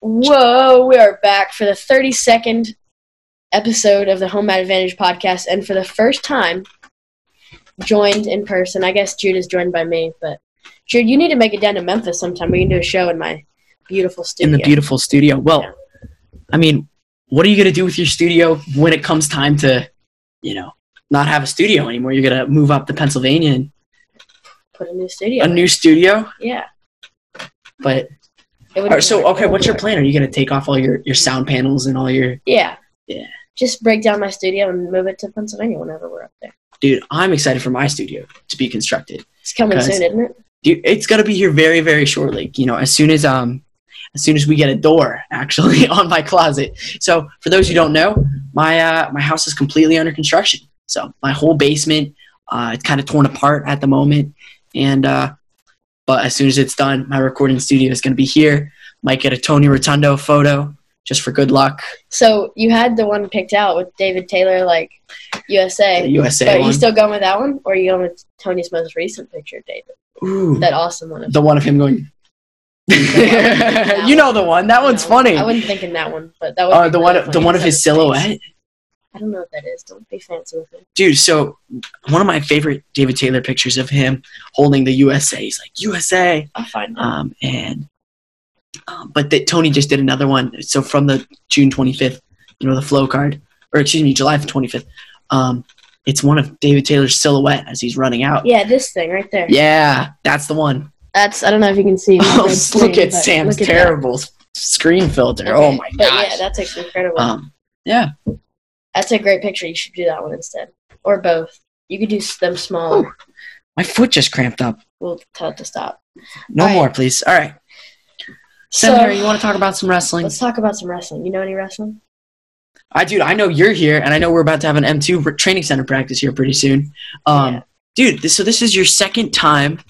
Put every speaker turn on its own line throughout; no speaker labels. Whoa, we are back for the 32nd episode of the Home Advantage podcast, and for the first time, joined in person. I guess Jude is joined by me, but Jude, you need to make it down to Memphis sometime. We can do a show in my beautiful
in
studio.
the beautiful studio. Well,
Yeah.
I mean, what are you going to do with your studio when it comes time to, you know, not have a studio anymore? You're going to move up to Pennsylvania and
Put a new studio.
a new studio.
yeah.
But
It would
or- so,
work.
okay, what's
It would
your
work.
plan? Are you going to take off all your, your sound panels and all your.
Yeah.
Yeah.
Just break down my studio and move it to Pennsylvania whenever we're up there.
Dude, I'm excited for my studio to be constructed.
It's coming
Guys.
soon, isn't it?
Dude, it's going to be here very, very shortly. You know, as soon as um, as soon as we get a door actually on my closet. So for those who don't know, my uh, my house is completely under construction. So my whole basement, uh, it's kind of torn apart at the moment, and uh, but as soon as it's done, my recording studio is going to be here. Might get a Tony Rotundo photo just for good luck.
So you had the one picked out with David Taylor, like USA.
The USA
But you
one,
still going with that one, or are you going with Tony's most recent picture, David?
Ooh,
That awesome one. Of
the one of him going.
That
you know the one. That one's
No,
funny.
I wasn't thinking that one, but that was
Uh, the one, the one of his silhouette.
I don't know what that is. Don't be fancy with it.
dude so one of my favorite david taylor pictures of him holding the usa he's like usa
I'll find it.
um, and um, but that tony just did another one so from the june 25th you know the flow card or excuse me july 25th um, it's one of david taylor's silhouette as he's running out
Uh, yeah, this thing right there.
yeah that's the one
That's I don't know if you can see. my
Oh,
big
look
screen,
at
but
sam's
look at that.
terrible s- screen filter oh
Okay,
my
But
gosh
yeah, that's like incredible.
um, yeah
that's a great picture. You should do that one instead, or both. You could do s- them smaller.
my foot just cramped up
We'll tell it to stop.
no
All right.
more please all right seminary you want to talk about some wrestling
Let's talk about some wrestling. You know any wrestling?
I dude, I know you're here, and I know we're about to have an M2 r- training center practice here pretty soon. Um,
Yeah.
Dude, this, so this is your second time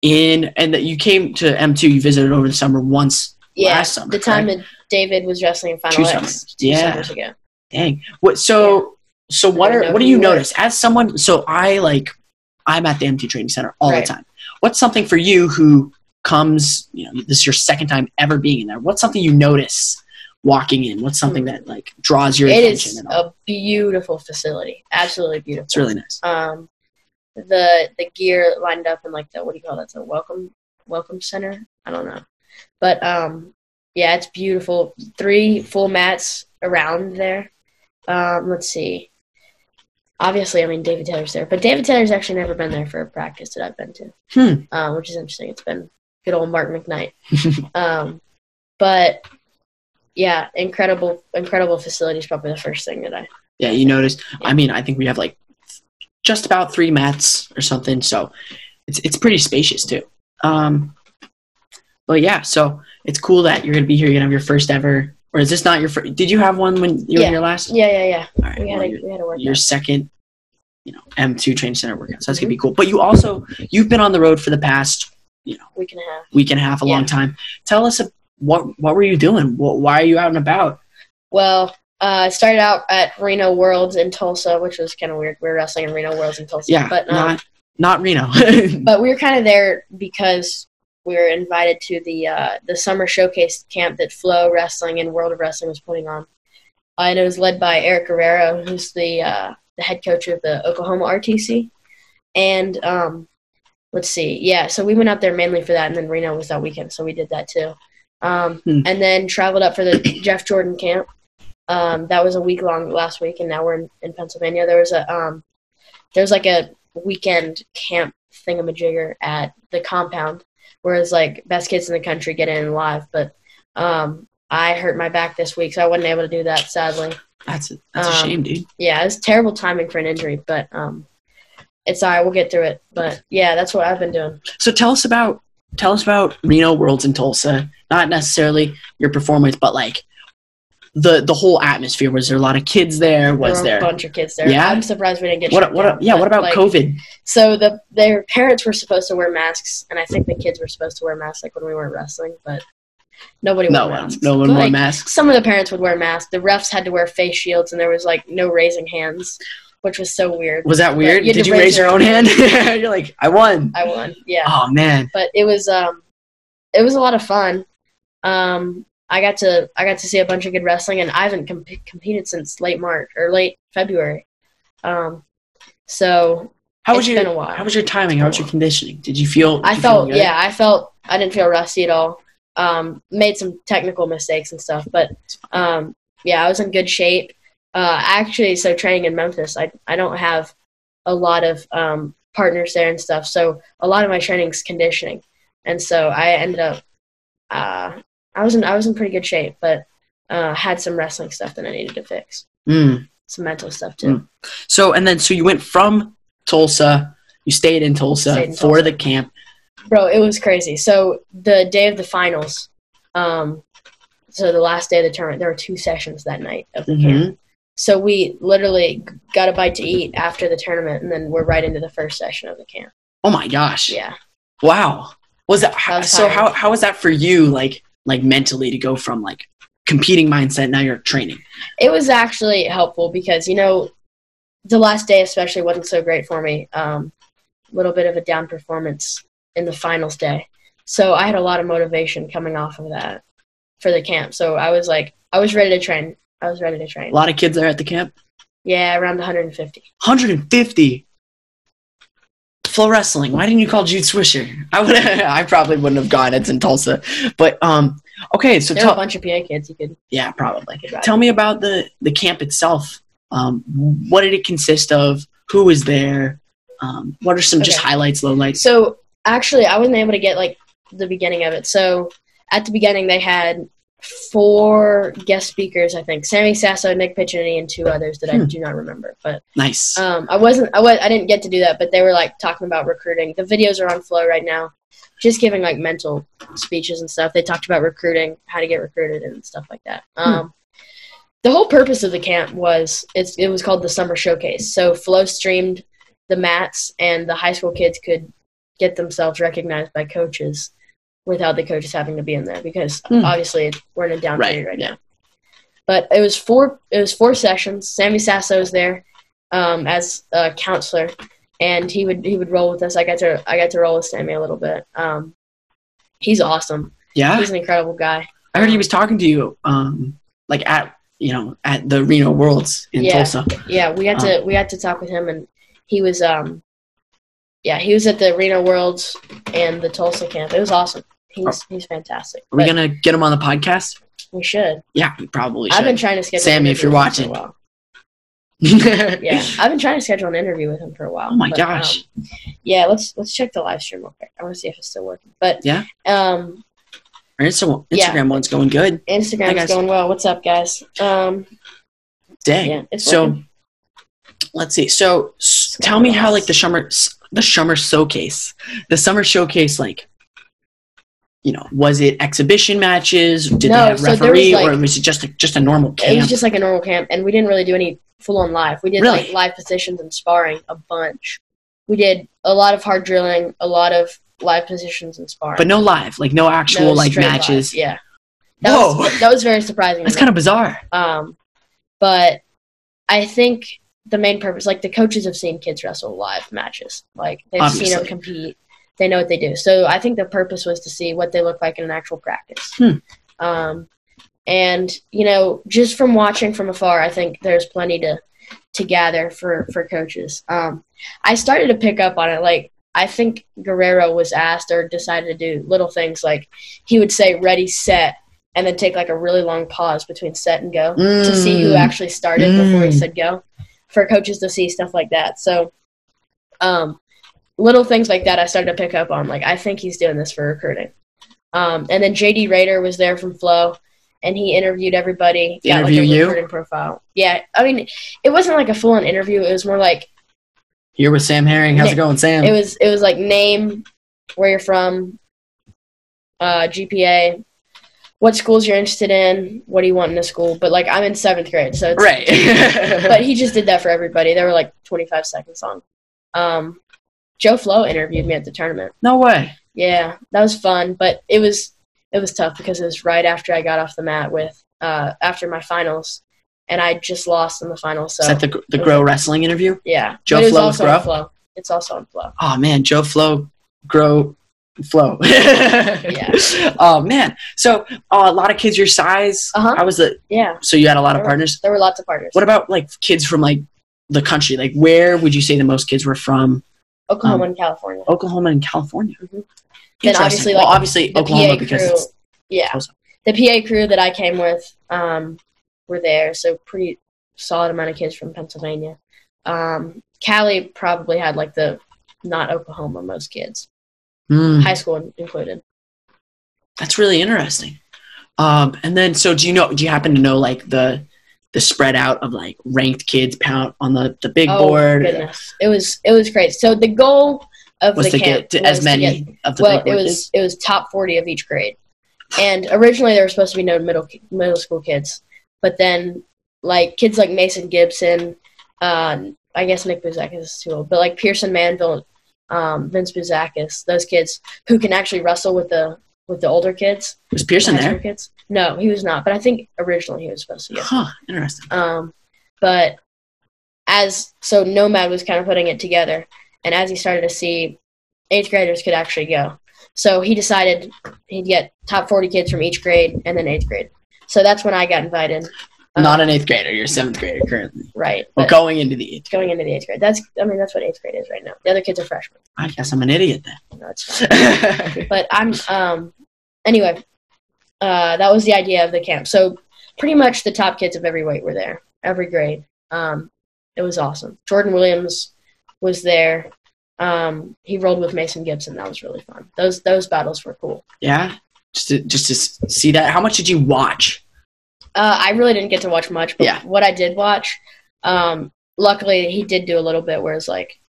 in, and that you came to M2. You visited over the summer once
Yeah,
last summer.
the time
correct?
that David was wrestling in Final
two
X
summers.
two
Yeah.
summers ago.
Dang. What? So, so what
I
are
know
what do
who
you
you are.
notice as someone? So I like, I'm at the M2 training center all
Right.
the time. What's something for you who comes? You know, this is your second time ever being in there. What's something you notice walking in? What's something that like draws your
Hmm. It
attention?
is
and all?
a beautiful facility. Absolutely beautiful.
It's really nice.
um, the the gear lined up in like the what do you call that? It's a welcome welcome center. I don't know, but um, yeah, it's beautiful. Three full mats around there. Um, let's see. Obviously, I mean David Taylor's there, but David Taylor's actually never been there for a practice that I've been to,
Hmm.
uh, which is interesting. It's been good old Mark McKnight. um, but yeah, incredible, incredible facility is probably the first thing that I
Yeah, you noticed. I mean, I think we have like just about three mats or something, so it's it's pretty spacious too. Um, but yeah, so it's cool that you're gonna be here. You're gonna have your first ever, or is this not your first? Did you have one when you
Yeah.
were here last?
Yeah, yeah, yeah.
All right,
We had
well,
a
your,
we had a workout.
your second, you know, M2 train center workout. So that's
Mm-hmm.
gonna be cool. But you also you've been on the road for the past
We can have.
week and a half, a long
Yeah.
time. Tell us uh, what what were you doing? What, why are you out and about?
Well, uh, I started out at Reno Worlds in Tulsa, which was kind of weird. We were wrestling in Reno Worlds in Tulsa.
Yeah,
but um,
not not Reno.
but we were kind of there because we were invited to the uh, the summer showcase camp that Flow Wrestling and World of Wrestling was putting on, uh, and it was led by Eric Guerrero, who's the uh, the head coach of the Oklahoma RTC. And um, let's see, yeah, so we went out there mainly for that, and then Reno was that weekend, so we did that too. Um,
Hmm.
And then traveled up for the Jeff Jordan camp. Um, that was a week long last week, and now we're in, in Pennsylvania. There was a um, there's like a weekend camp thingamajigger at the compound, whereas like best kids in the country get in live. But um, I hurt my back this week, so I wasn't able to do that. Sadly,
that's a, that's a
um,
shame, dude.
yeah, it was terrible timing for an injury, but um, it's all right. We'll get through it. But yeah, that's what I've been doing.
So tell us about tell us about Reno Worlds in Tulsa. Not necessarily your performance, but like the the whole atmosphere. Was there a lot of kids there? Was
were a
there
bunch of kids there.
Yeah?
I'm surprised we didn't get.
what
shut
what
down,
yeah?
but,
What about
like,
COVID?
So the their parents were supposed to wear masks, and I think the kids were supposed to wear masks like when we weren't wrestling, but nobody
No
wore
one,
masks.
no one wore
Like,
masks.
some of the parents would wear masks. The refs had to wear face shields, and there was like no raising hands, which was so weird.
Was that
you
weird?
had to
Did you raise your own hand? You're like, I won.
I won, yeah.
Oh man,
But it was um, it was a lot of fun. Um, I got to I got to see a bunch of good wrestling, and I haven't comp- competed since late March or late February. Um, so
How was
it's
your
been a while.
How was your timing? How was your conditioning? Did you feel? did
I
you feel
felt
good?
yeah, I felt I didn't feel rusty at all. Um, made some technical mistakes and stuff, but um, yeah, I was in good shape. Uh, actually, so training in Memphis, I I don't have a lot of um, partners there and stuff, so a lot of my training's conditioning, and so I ended up uh, I was in I was in pretty good shape, but uh, had some wrestling stuff that I needed to fix,
Mm.
some mental stuff too.
Mm. So and then so you went from Tulsa. You stayed in Tulsa
Stayed in
for
Tulsa.
the camp.
bro it was crazy so the day of the finals um so the last day of the tournament there were two sessions that night of the
Mhm.
camp so we literally got a bite to eat after the tournament and then we're right into the first session of the camp
Oh my gosh!
yeah
Wow. Was that
That was
so?
hard.
How how was that for you? Like like mentally to go from like competing mindset now you're training.
it was actually helpful because you know the last day especially wasn't so great for me um little bit of a down performance in the finals day so i had a lot of motivation coming off of that for the camp so i was like i was ready to train i was ready to train
A lot of kids there at the camp.
Yeah, around 150.
150. Flow wrestling. Why didn't you call Jude Swisher? I would. I probably wouldn't have gone. It's in Tulsa, but um. Okay, so
There were a
tell.
bunch of PA kids you could,
Yeah, probably.
could ride.
Tell me about the the camp itself. Um, what did it consist of? Who was there? Um, what are some just
Okay.
highlights, lowlights?
So actually, I wasn't able to get like the beginning of it. So at the beginning, they had four guest speakers. I think Sammy Sasso, Nick Piccinini, and two others that I
Hmm.
do not remember. But
Nice.
um, I wasn't. I was. I didn't get to do that. But they were like talking about recruiting. The videos are on Flow right now. Just giving like mental speeches and stuff. They talked about recruiting, how to get recruited, and stuff like that. Um, the whole purpose of the camp was it's, it was called the summer showcase. So Flow streamed the mats, and the high school kids could get themselves recognized by coaches without the coaches having to be in there because
Hmm.
obviously we're in a down
Right,
period right
yeah.
now. But it was four it was four sessions. Sammy Sasso was there um, as a counselor, and he would he would roll with us. I got to I got to roll with Sammy a little bit. Um, he's awesome.
yeah,
He's an incredible guy.
I heard he was talking to you. Um, like at you know at the Reno Worlds in
Yeah.
Tulsa.
Yeah, we got to we got to talk with him, and he was um, yeah, he was at the Reno Worlds and the Tulsa camp. It was awesome. He's he's fantastic.
Oh. Are we
But
gonna get him on the podcast?
we should.
Yeah, we probably.
I've
Should.
been trying to schedule
Sammy,
an
if you're
interview with him for a while. Yeah,
yeah.
I've been trying to schedule an interview with him for a while.
Oh my
but,
gosh.
um, yeah, let's let's check the live stream real quick. I want to see if it's still working. But
Yeah.
um,
Our Insta- Instagram
Yeah.
one's going good. Hi,
Instagram
guys.
is going well. What's up, guys? Um,
Dang.
yeah, it's
so
working.
let's see. So s- tell me how like the summer s- the summer showcase, the summer showcase like. You know, was it exhibition matches? Did
No,
they have
so there was,
referee, or
like-
was it just a, just a normal
it was
camp?
just like a normal camp, and we didn't really do any full on live. We did
Really?
like live positions and sparring a bunch. We did a lot of hard drilling, a lot of live positions and sparring,
but no live, like no actual
No
like
straight live,
matches.
Yeah, that
Whoa,
was that was very surprising. to
that's
me.
kind of bizarre.
Um, but I think the main purpose, like the coaches have seen kids wrestle live matches, like they've seen them
Obviously.
compete, they know what they do. So I think the purpose was to see what they look like in an actual practice.
Hmm.
Um, and you know, just from watching from afar, I think there's plenty to to gather for for coaches. Um, I started to pick up on it, like. I think Guerrero was asked or decided to do little things like he would say ready set and then take like a really long pause between set and go to see who
Mm.
actually started before he
Mm.
said go for coaches to see stuff like that so um, little things like that i started to pick up on like i think he's doing this for recruiting um, and then jd raider was there from flow and he interviewed everybody
He
got, like, a
interview you?
recruiting profile yeah i mean it wasn't like a full-on interview it was more like
Here with Sam Herring. How's it
Yeah.
going, Sam?
it was it was like name where you're from uh, gpa what schools you're interested in what do you want in a school but like i'm in seventh grade so it's,
right.
but he just did that for everybody. They were like 25 seconds long. Um, Joe Flo interviewed me at the tournament.
no way.
Yeah, that was fun, but it was it was tough because it was right after I got off the mat with uh, after my finals, and I just lost in the finals. So
Is that the, the Grow Wrestling interview? Oh,
yeah,
Joe
but it was
Flo with
also on
Grow?
Flo. It's also on Flo.
Oh man, Joe Flo, Grow flow.
Yeah.
Oh man. So uh, a lot of kids your size.
Uh-huh.
I was the
Yeah,
so you had a lot of
Sure.
partners.
there were lots of partners.
What about like kids from like the country? Like where would you say the most kids were from?
Oklahoma
um,
and California.
Oklahoma and California.
Mhm. Then
Interesting.
obviously,
well,
like,
obviously
the
Oklahoma
PA
because
crew,
it's
yeah,
close.
the PA crew that I came with um, were there, so pretty solid amount of kids from Pennsylvania. Um, Cali probably had like the not Oklahoma most kids,
Hmm.
high school included.
That's really interesting. Um, and then, so do you know? Do you happen to know like the the spread out of like ranked kids count on the the big
oh
board?
goodness, it was it was great. So the goal of
Was
the
to
camp
get to
was
as
to
many
get-
of the
well,
big
it
board
was
kids?
it was top forty of each grade, and originally there were supposed to be no middle middle school kids, but then like kids like Mason Gibson, uh, I guess Nick Buzakis is too old, but like Pearson Manville, um, Vince Buzakis, those kids who can actually wrestle with the with the older kids,
Was
the
Pearson
high school
there?
kids. No, he was not, but I think originally he was supposed to. Get
Huh. Interesting.
um, but as so, Nomad was kind of putting it together, and as he started to see eighth graders could actually go, so he decided he'd get top forty kids from each grade and then eighth grade. So that's when I got invited. Um,
Not an eighth grader. You're a seventh grader currently.
right,
Well,
but
going into the eighth.
going into the eighth grade. That's I mean that's what eighth grade is right now. The other kids are freshmen.
I guess I'm an idiot
No, it's fine.
then.
but I'm um anyway, uh that was the idea of the camp. So pretty much the top kids of every weight were there, every grade. Um it was awesome. Jordan Williams was there. Um he rolled with Mason Gibson. That was really fun. Those those battles were cool.
yeah. Just to, just to s- see that. How much did you watch?
Uh I really didn't get to watch much, but
Yeah.
what I did watch, um luckily he did do a little bit where it's like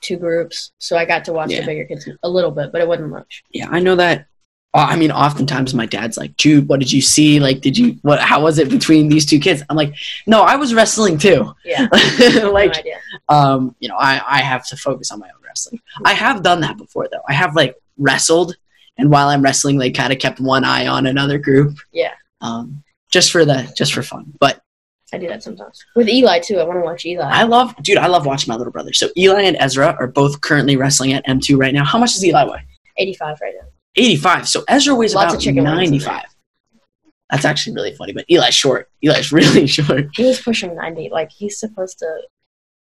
two groups, so I got to watch
Yeah.
the bigger kids a little bit, but it wasn't much.
Yeah, I know that. Uh, I mean, oftentimes my dad's like, Jude, what did you see? Like, did you what? How was it between these two kids? I'm like, no, I was wrestling too.
Yeah. no
like,
idea.
um, you know, I I have to focus on my own wrestling. I have done that before though. I have like wrestled, and while I'm wrestling, like kind of kept one eye on another group.
Yeah.
Um, just for the just for fun. But
I do that sometimes. With Eli too. I want to watch Eli.
I love, dude, I love watching my little brother. So Eli and Ezra are both currently wrestling at M2 right now. How much does Eli weigh?
85 right now.
85. So Ezra weighs
Lots of
about
chicken wings in
95. That's actually really funny, but Eli's short. Eli's really short.
He was pushing 90. Like, he's supposed to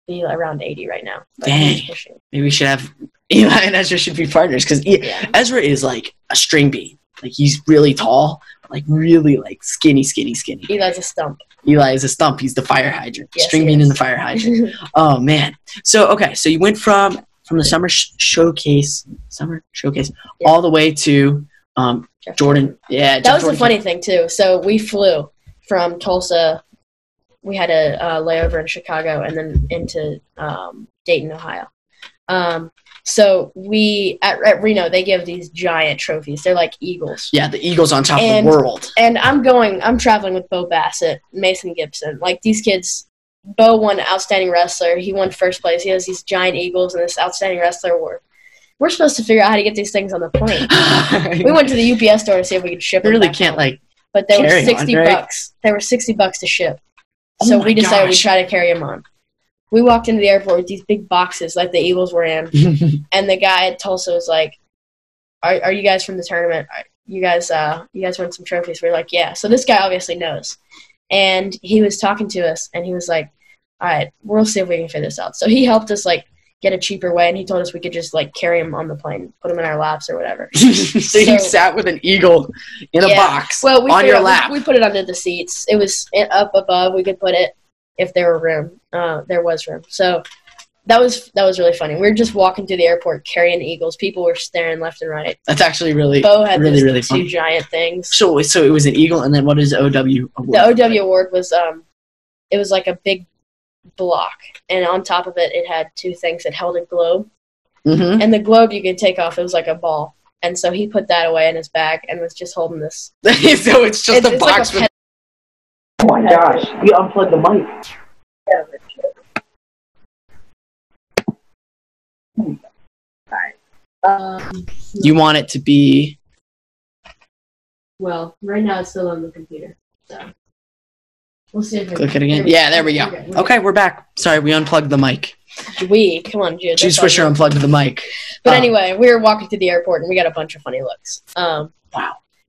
be around 80 right now. But
Dang.
He's pushing.
Maybe we should have Eli and Ezra should be partners E, because
Yeah.
Ezra is like a string bean. Like he's really tall, but like really like skinny, skinny, skinny.
Eli's a stump.
Eli is a stump. He's the fire hydrant.
Yes,
string
he
bean
is.
in the fire hydrant. Oh man. So okay, so you went from from the summer sh- showcase, summer showcase,
Yeah.
all the way to um,
Jeff
Jordan. Yeah,
That was the funny thing, too. So, we flew from Tulsa. We had a uh, layover in Chicago and then into um, Dayton, Ohio. Um, so, we, at, at Reno, they give these giant trophies. They're like eagles.
Yeah, the Eagles on top
And-
of the world.
and I'm going, I'm traveling with Bo Bassett, Mason Gibson. Like these kids, Bo won outstanding wrestler. He won first place. He has these giant eagles and this outstanding wrestler award. We're supposed to figure out how to get these things on the plane. We
we
went to the UPS store to see if we could ship them.
really
back
can't
home,
like.
but they were
carry on,
sixty
right?
bucks. They were sixty bucks to ship.
Oh
So
my
we decided we'd
gosh.
try to carry them on. We walked into the airport with these big boxes like the Eagles were in, and the guy at Tulsa was like, "Are are you guys from the tournament? Are- You guys, uh, you guys won some trophies." We are like, "Yeah." So this guy obviously knows, and he was talking to us, and he was like, "All right, we'll see if we can figure this out." So he helped us like get a cheaper way, and he told us we could just like carry him on the plane, put him in our laps or whatever.
so,
So-
you sat with an eagle in a
Yeah.
box
Well, we
on
figured
your
out-
lap.
we, we put it under the seats. It was i- up above. We could put it if there were room. Uh, there was room. So that was that was really funny. We were just walking through the airport carrying eagles. People were staring left and right.
That's actually really
Bo had
really
these
really
two
fun.
giant things.
So so it was an eagle, and then what is OW? Award?
The OW award was um, it was like a big block, and on top of it, it had two things that held a globe.
Mhm.
And the globe you could take off. It was like a ball. And so he put that away in his bag and was just holding this.
Mm-hmm. so it's just
It's-
a
it's like
box
a pet-
with. Oh my gosh! You unplugged the mic.
Um,
You want it to be
well, right now it's still on the computer, so we'll see if we
Click it again. Yeah, there we go. Okay, we're back. Sorry, we unplugged the mic.
We come on, Jude.
Jude
that's all
Swisher
you.
unplugged the mic.
But
um,
anyway, we were walking through the airport and we got a bunch of funny looks. Um,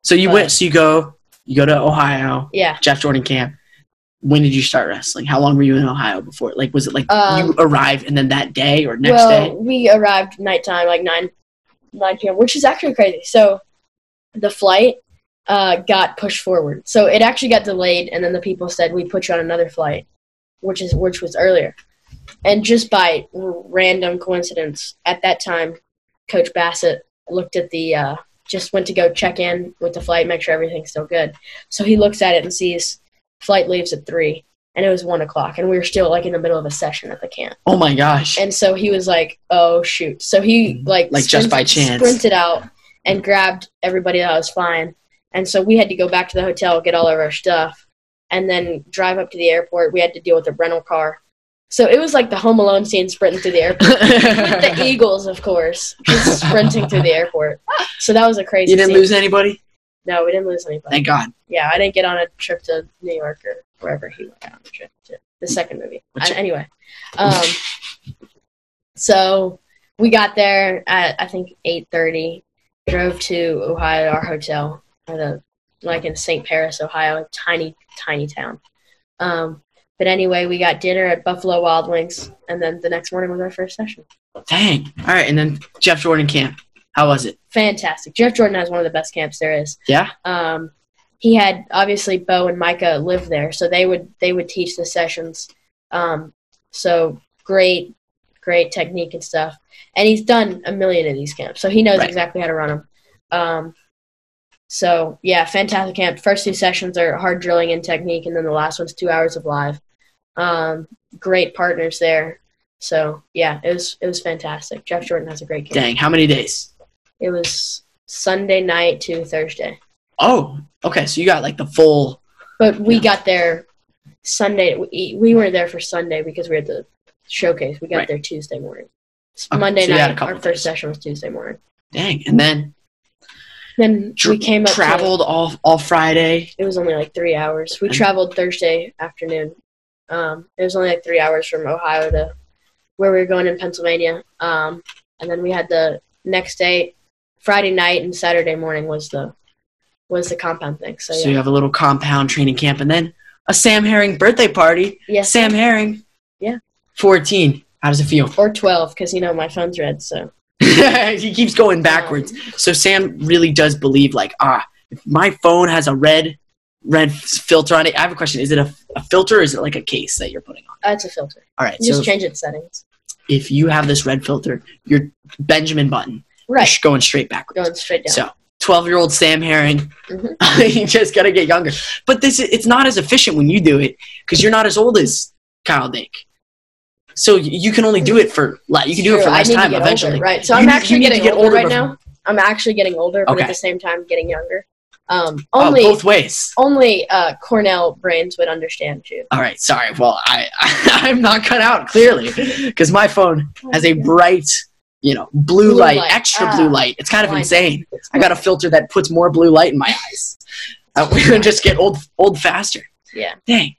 So you
Uh,
went. So you go. You go to Ohio.
yeah,
Jeff Jordan camp. When did you start wrestling? How long were you in Ohio before? Like, was it like
Um,
you arrived and then that day or next
well,
day?
we arrived nighttime, like nine, nine p.m., which is actually crazy. So, the flight uh, got pushed forward, so it actually got delayed, and then the people said we put you on another flight, which is which was earlier, and just by r- random coincidence, at that time, Coach Bassett looked at the. Uh, just went to go check in with the flight, make sure everything's still good. So he looks at it and sees flight leaves at three, and it was one o'clock, and we were still like in the middle of a session at the camp.
Oh my gosh!
And so he was like, "Oh shoot!" So he like
Mm-hmm. Like, just by chance.
sprinted out and grabbed everybody that was flying. And so we had to go back to the hotel, get all of our stuff, and then drive up to the airport. We had to deal with a rental car. So it was like the Home Alone scene sprinting through the airport with the E Eagles, of course, just sprinting through the airport. So that was a crazy.
you didn't
scene.
lose anybody.
No, we didn't lose anybody.
Thank God.
yeah, I didn't get on a trip to New York or wherever he went on a trip to the second movie.
Which-
Uh, anyway, um, so we got there at I think eight thirty. Drove to Ohio, our hotel, at a, like in St. Paris, Ohio, a tiny tiny town. Um, but anyway, we got dinner at Buffalo Wild Wings, and then the next morning was our first session.
Dang. All right, and then Jeff Jordan camp. How was it?
Fantastic. Jeff Jordan has one of the best camps there is.
Yeah.
um, he had obviously Bo and Micah live there, so they would they would teach the sessions. Um, so great, great technique and stuff. And he's done a million of these camps, so he knows
Right.
exactly how to run them. Um, so yeah, fantastic camp. First two sessions are hard drilling and technique, and then the last one's two hours of live. Um, great partners there. So yeah, it was it was fantastic. Jeff Jordan has a great camp.
Dang. How many days?
It was Sunday night to Thursday.
Oh, okay. So you got like the full
But we
Yeah.
got there Sunday. We, we weren't there for Sunday because we had the showcase. We got
Right.
there Tuesday morning. S-
Okay,
Monday
so you had a
night.
couple
Our
days.
first session was Tuesday morning.
Dang, and then
Then
tr-
we came up.
traveled all all Friday.
To, it was only like three hours. We
And-
traveled Thursday afternoon. Um, it was only like three hours from Ohio to where we were going in Pennsylvania. Um, and then we had the next day, Friday night and Saturday morning was the was the compound thing. So,
So,
yeah.
you have a little compound training camp, and then a Sam Herring birthday party.
Yes.
Sam Herring,
Yeah.
fourteen. How does it feel?
Or twelve, because you know my phone's red. So
he keeps going backwards. So Sam really does believe, like, ah, if my phone has a red red f- filter on it. I have a question: Is it a, a filter? or Is it like a case that you're putting on?
that's a filter.
All right.
You
So
just change its settings.
if you have this red filter, you're Benjamin Button. You're
Right.
going straight backwards.
Going straight down.
So, twelve-year-old Sam Herring,
Mm-hmm.
you just gotta get younger. But this, it's not as efficient when you do it because you're not as old as Kyle Dake. So y- you can only do it for like you can do it
True,
for
I
less
need to
time
get
eventually.
Older, right. So
You
I'm
need-
actually
you need to
getting
get
older,
older
right
before-
now. I'm actually getting older, but at
Okay.
the same time getting younger. Um,
Oh,
only
both ways.
only uh, Cornell brains would understand you.
All right, sorry. Well, I, I I'm not cut out clearly because my phone has a bright, you know, blue,
Blue
light,
light.
extra
Ah,
blue light. It's kind of
blind.
insane. I got a filter that puts more blue light in my eyes. Uh, we would just get old old faster.
Yeah.
Dang.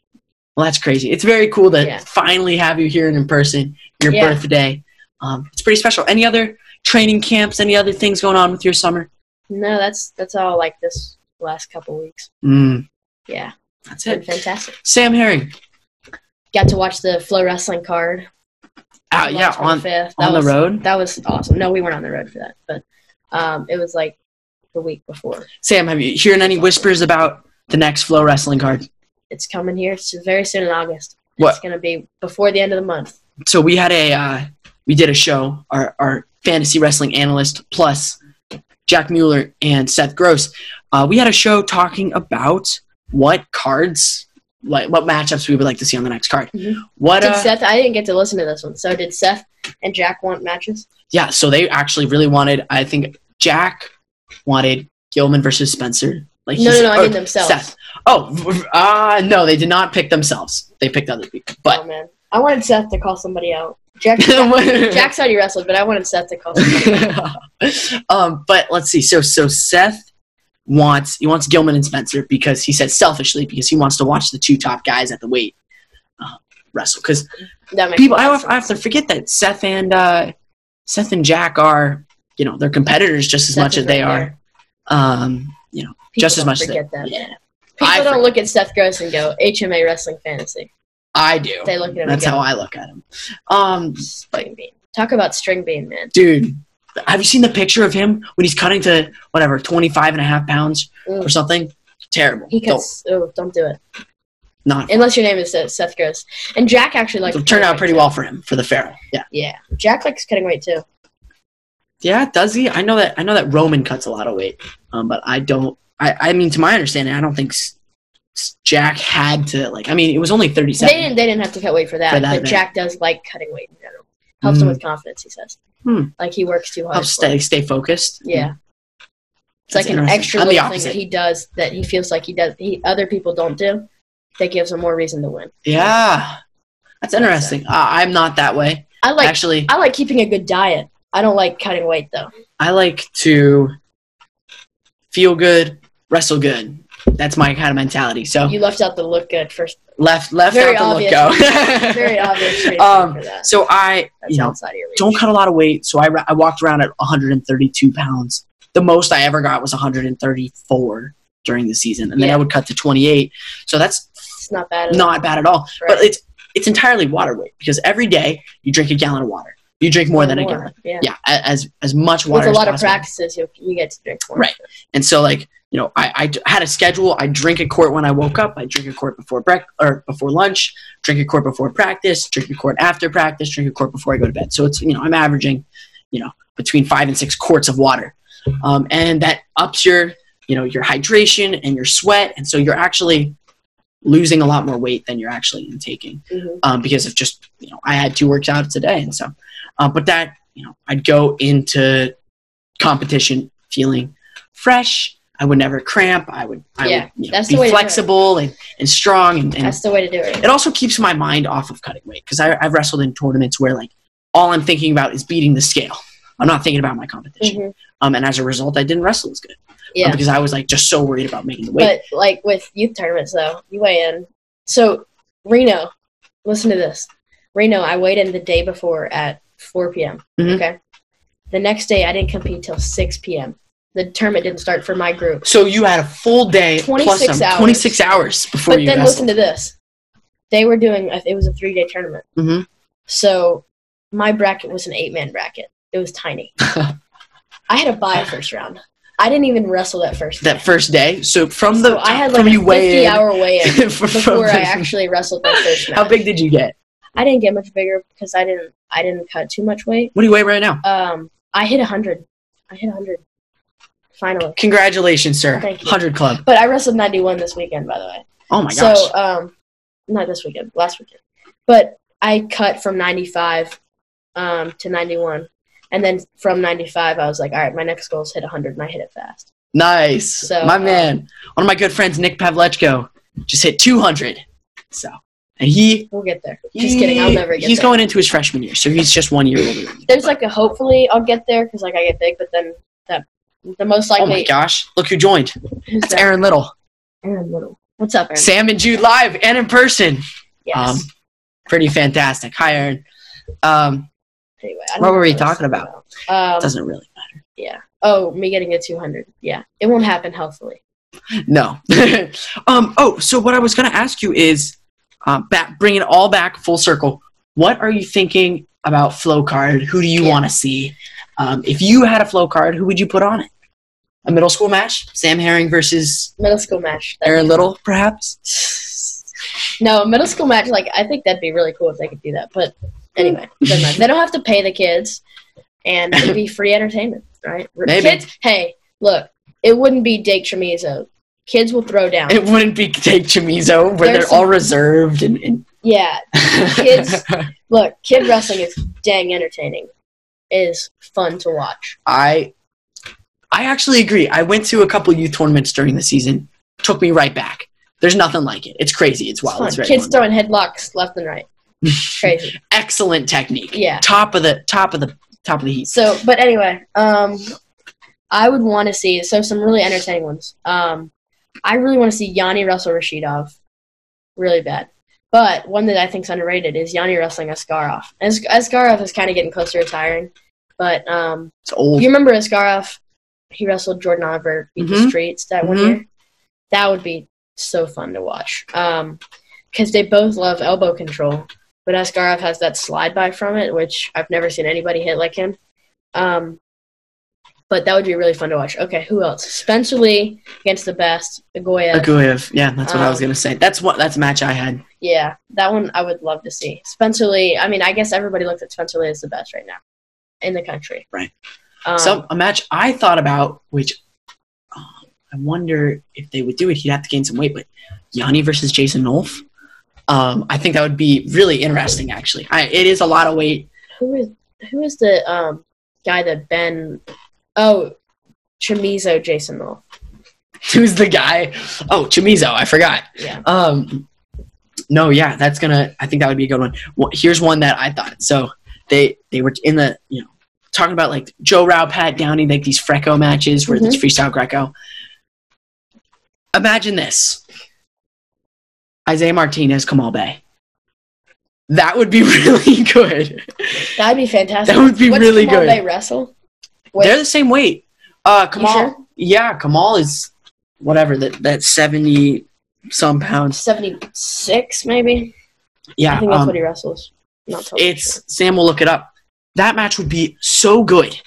Well, that's crazy. It's very cool to
Yeah.
finally have you here and in person. Your
Yeah.
birthday. Um, it's pretty special. Any other training camps? Any other things going on with your summer?
No, that's that's all like this last couple weeks.
Mm,
Yeah, it's
that's
been
it.
fantastic.
Sam Herring.
Got to watch the flow wrestling card.
Out,
March
Uh, yeah, on
25th. That
on
was-
the road.
That was awesome. No, we weren't on the road for that, but um, it was like the week before.
Sam, have you hearing any whispers about the next Flow Wrestling card?
It's coming here s- very soon in August. It's
What?
going to be before the end of the month.
So we had a uh, we did a show. Our our fantasy wrestling analyst plus Jack Mueller and Seth Gross. Uh, we had a show talking about what cards, like what matchups we would like to see on the next card.
Mhm.
What
Did
uh,
Seth? I didn't get to listen to this one. So did Seth and Jack want matches?
Yeah, so they actually really wanted. I think Jack wanted Gilman versus Spencer. Like
No, no,
he's-
no. I
or
mean themselves.
Seth. Oh, v- v- uh, no, they did not pick themselves. They picked other people. But
oh man, I wanted Seth to call somebody out. Jack, Oh. Jack- Jack's already wrestled, but I wanted Seth to call. Somebody out.
um, but let's see. So, so Seth wants he wants Gilman and Spencer because he said selfishly because he wants to watch the two top guys at the weight. Uh, wrestle because
That makes
people I
sense.
have, I have to forget that Seth and uh, Seth and Jack are you know they're competitors just as
Seth
much
is
as they
right
are.
there.
Um, you know,
People
just as
don't
much as they-
Forget that.
yeah,
People
I
don't
forget.
look at Seth Gross and go HMA Wrestling Fantasy.
I do.
They look at him.
That's
and
how
go,
I look at them. Um,
String bean. Talk about string bean, man.
dude, have you seen the picture of him when he's cutting to whatever 25 and a half pounds
Mm.
or something? Terrible.
He cuts. Oh, don't do it.
Don't- not.
Unless your name is Seth Seth Gross. And Jack actually likes.
It'll turn out
cutting
pretty
weight,
well for him for the Pharaoh. Yeah.
too. Yeah, Jack likes cutting weight too.
Yeah, does he? I know that I know that Roman cuts a lot of weight, um, but I don't. I, I mean, to my understanding, I don't think S- S- Jack had to like. I mean, it was only
They
37.
didn't. They didn't have to cut weight for that.
For that
but
event.
Jack does like cutting weight in general. Helps him
Mm.
with confidence. He says.
Hmm.
Like he works too hard.
Helps
for it.
stay stay focused.
Yeah. It's like
That's
an
interesting.
extra
I'm the
little thing that
opposite.
he does that he feels like he does he, other people don't do. That gives him more reason to win.
Yeah, that's interesting. Uh, I'm not that way.
I like
Actually,
I like keeping a good diet. I don't like cutting weight though.
I like to feel good, wrestle good. That's my kind of mentality. So
You left out the look good first.
left Oh. left
Very
out the look go.
Very obvious reason
Um,
for that.
so I,
That's
you know,
outside of your reach.
don't cut a lot of weight. So I, ra- I walked around at 132 pounds. The most I ever got was 134 during the season, and then
Yeah.
I would cut to 28. So that's
It's not bad. At all.
not bad at all.
Right.
But it's it's entirely water weight because every day you drink a gallon of water. You drink more than a
More,
gallon.
Yeah.
Yeah, a- as as much
With
water.
a
as
lot of
possible.
practices, you you get to drink more.
Right. And so, like, you know, I, I d- had a schedule. I drink a quart when I woke up. I drink a quart before break or before lunch. Drink a quart before practice. Drink a quart after practice. Drink a quart before I go to bed. So it's you know I'm averaging, you know, between five and six quarts of water, um, and that ups your you know your hydration and your sweat, and so you're actually losing a lot more weight than you're actually intaking
Mhm.
um, because of just you know I had two workouts a day, and so, uh, but that you know I'd go into competition feeling fresh. I would never cramp. I would I
Yeah,
would you know,
that's the way
be
to do it.
flexible and, and strong, and, and
That's the way to do it.
it also keeps my mind off of cutting weight because I've wrestled in tournaments where like all I'm thinking about is beating the scale. I'm not thinking about my competition,
Mhm.
um, and as a result, I didn't wrestle as good uh,
Yeah.
because I was like just so worried about making the weight.
But like with youth tournaments, though, you weigh in. So Reno, listen to this. Reno, I weighed in the day before at 4 p.m.
Mhm.
Okay. The next day, I didn't compete till 6 p.m. The tournament didn't start for my group.
so you had a full day,
26
plus some,
hours.
26 hours before
But
you
then listen
wrestled.
to this. They were doing. uh, It was a three-day tournament.
Mhm.
So my bracket was an eight-man bracket. It was tiny. I had a bye first round. I didn't even wrestle that first. round.
that first day. So from
So
the
I had
from
like a
you weigh in,
fifty-hour weigh-in
from- from
before I
the-
actually wrestled my first match.
how big did you get?
I didn't get much bigger because I didn't I didn't cut too much weight.
What do you weigh right now?
Um, I hit hundred. I hit hundred. Finally,
Congratulations, sir.
Thank you.
Hundred Club.
but I wrestled ninety one this weekend, by the way.
Oh my gosh.
so um, not this weekend, last weekend. But I cut from ninety five, um, to ninety one, and then from ninety five, I was like, all right, my next goal is hit hundred, and I hit it fast.
nice.
so,
my
um,
man. One of my good friends, Nick Pavlechko, just hit two hundred. So and he
We'll get there. Just kidding. I'll
he-
never get
He's
there.
going into his freshman year, so he's just one year older. than me.
There's
But-
like a hopefully I'll get there because like I get big, but then that the most
Oh my
likely
gosh! Look who joined.
who's
That's
that?
Aaron Little,
Aaron Little. What's up, Aaron?
Sam and Jude live and in person.
Yes.
Um, pretty fantastic. Hi, Aaron. Um,
Anyway, I don't
What
know
were we
I was
talking
about? Um,
doesn't really matter.
oh, me getting a 200. Yeah, it won't happen healthily.
No. um, oh, so what I was going to ask you is, uh, back, bring it all back full circle. What are you thinking about flow card? Who do you
Yeah.
want to see? Um, if you had a flow card, who would you put on it? A middle school match? Sam Herring versus
Middle school match. that'd
Aaron
be-
Little, perhaps?
No, middle school match. Like I think that'd be really cool if they could do that. But anyway, doesn't matter. they don't have to pay the kids, and it'd be free entertainment, right? R-
Maybe.
Kids, hey, look, it wouldn't be Jake Tremizo. Kids will throw down.
It wouldn't be Take Chimizo, where
There's
they're all reserved and. and
yeah, Kids- look, kid wrestling is dang entertaining. It is fun to watch.
I I actually agree. I went to a couple youth tournaments during the season. Took me right back. There's nothing like it. It's crazy. It's
It's
wild. It's
fun.
very
Kids
fun.
throwing headlocks left and right. Crazy.
excellent technique.
Yeah.
Top of the top of the top of the heat.
So, but anyway, um, I would want to see so some really entertaining ones. Um, I really want to see Yanni Russell Rashidov, really bad. But one that I think's underrated is Yanni wrestling Askarov. As- Askarov is kind of getting close to retiring, but um,
It's old.
you remember Askarov? He wrestled Jordan Oliver, beat
Mhm.
the streets that one
Mhm.
year. That would be so fun to watch. Um 'cause because they both love elbow control, but Askarov has that slide by from it, which I've never seen anybody hit like him. Um, but that would be really fun to watch. Okay, who else? Spencer Lee against the best, Agoya.
Aguyev. oh, Yeah, that's what I was
Um,
gonna say. That's what that's a match I had.
Yeah, that one I would love to see. Spencer Lee. I mean, I guess everybody looks at Spencer Lee as the best right now in the country.
Right.
Um,
so a match I thought about, which um, I wonder if they would do it. He'd have to gain some weight, but Yanni versus Jason Nolf. Um, I think that would be really interesting. Actually, I, it is a lot of weight.
who is who is the um guy that Ben? Oh, Chamizo Jason Wolf.
Who's the guy? Oh, Chimizo. I forgot.
Yeah.
Um, no, yeah, that's gonna. I think that would be a good one. Well, here's one that I thought. So they they were in the you know talking about like Joe Rao, Pat Downey, like these Freco matches where
Mm-hmm.
it's freestyle Greco. Imagine this: Isaiah Martinez, Kamal Bay. That would be really good.
That'd be fantastic.
That would be
What's
really
Kamal
good.
Bay wrestle. Wait,
They're the same weight. Uh,
you
Kamal,
sure?
yeah, Kamal is whatever that that seventy some pounds.
seventy six maybe.
Yeah,
I think that's
um,
what he wrestles. Not totally sure.
it's Sam will look it up. That match would be so good.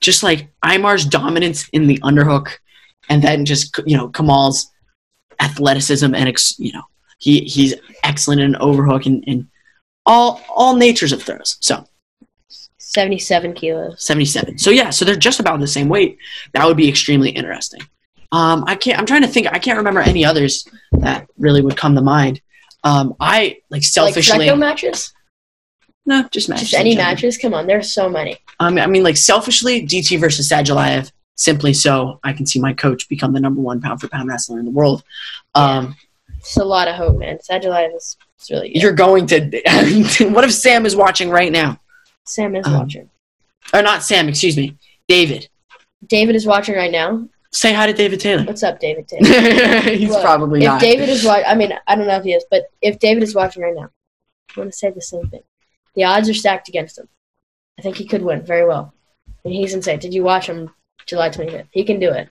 Just like Imar's dominance in the underhook, and then just you know Kamal's athleticism and ex- you know he he's excellent in overhook and, and all all natures of throws. So
seventy seven kilos.
seventy seven. So yeah, so they're just about the same weight. That would be extremely interesting. Um, I can't. I'm trying to think. I can't remember any others that really would come to mind. Um, I like selfishly.
like Greco matches.
no, just matches.
Just any
in general.
matches. Come on, there's so many.
I mean, I mean, like selfishly, DT versus Sagilayev, simply so I can see my coach become the number one pound for pound wrestler in the world. Um,
It's a lot of hope, man. Sagittarius is it's really good.
You're going to. what if Sam is watching right now?
Sam is
um,
watching.
Or not Sam, excuse me. David.
David is watching right now.
Say hi to David Taylor.
What's up, David? Taylor?
He's
Look,
probably
if
not.
David is watching, I mean, I don't know if he is, but if David is watching right now, I want to say the same thing. The odds are stacked against him. I think he could win very well. I mean, he's insane. Did you watch him July 25th? He can do it.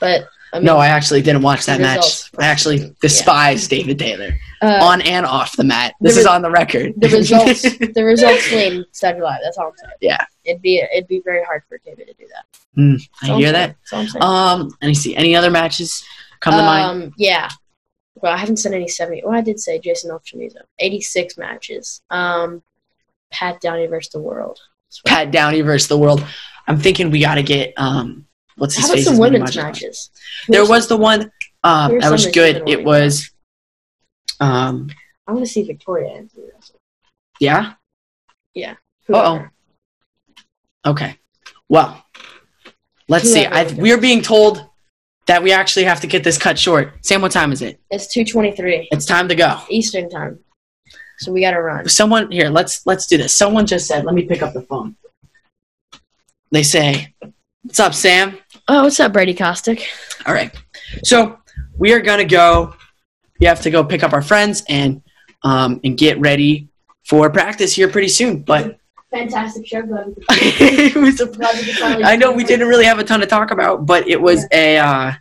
But, I mean,
no, I actually didn't watch that match.
Results.
I actually despise David Taylor
uh,
on and off the mat.
the
This is
re-
on the record.
the results, the results lean Saturday Live. That's all I'm saying.
Yeah.
It'd be, it'd be very hard for David to do that. That's
I
all I'm
hear
saying.
that.
That's all I'm saying.
Um, let me see. Any other matches come to mind?
Um, yeah. Well, I haven't sent any 70. Well, I did say Jason Alchemizo. 86 matches. Um, Pat Downey versus the world.
Pat Downey versus the world. I'm thinking we got to get um, what's his
How about
face?
some
Is
women's
Majid on.
matches?
There was the one um,
Who are
that
some
was
of the
good.
women
It
women?
was, um,
I want to see Victoria Anthony wrestle.
yeah,
Whoever.
okay. Well, let's see.
Whoever
I,
would go.
we are being told that we actually have to get this cut short. Sam, what time is it?
It's 223
It's time to go.
Eastern time. So we got to run.
Someone here. Let's let's do this. Someone just said, "Let me pick up the phone." They say, "What's up, Sam?"
Oh, what's up, Brady Kostick?
All right. So we are gonna go. We have to go pick up our friends and um, and get ready for practice here pretty soon. But
Fantastic show. Glad we could-
it was a,
glad we could finally-
I know we didn't really have a ton to talk about, but it was a. Uh,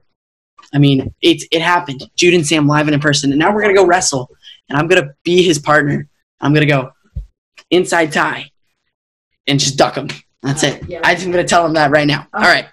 I mean, it it happened. Jude and Sam live and in person, and now we're gonna go wrestle, and I'm gonna be his partner. I'm gonna go inside tie, and just duck him. That's it.
Yeah.
I'm gonna tell him that right now. All right.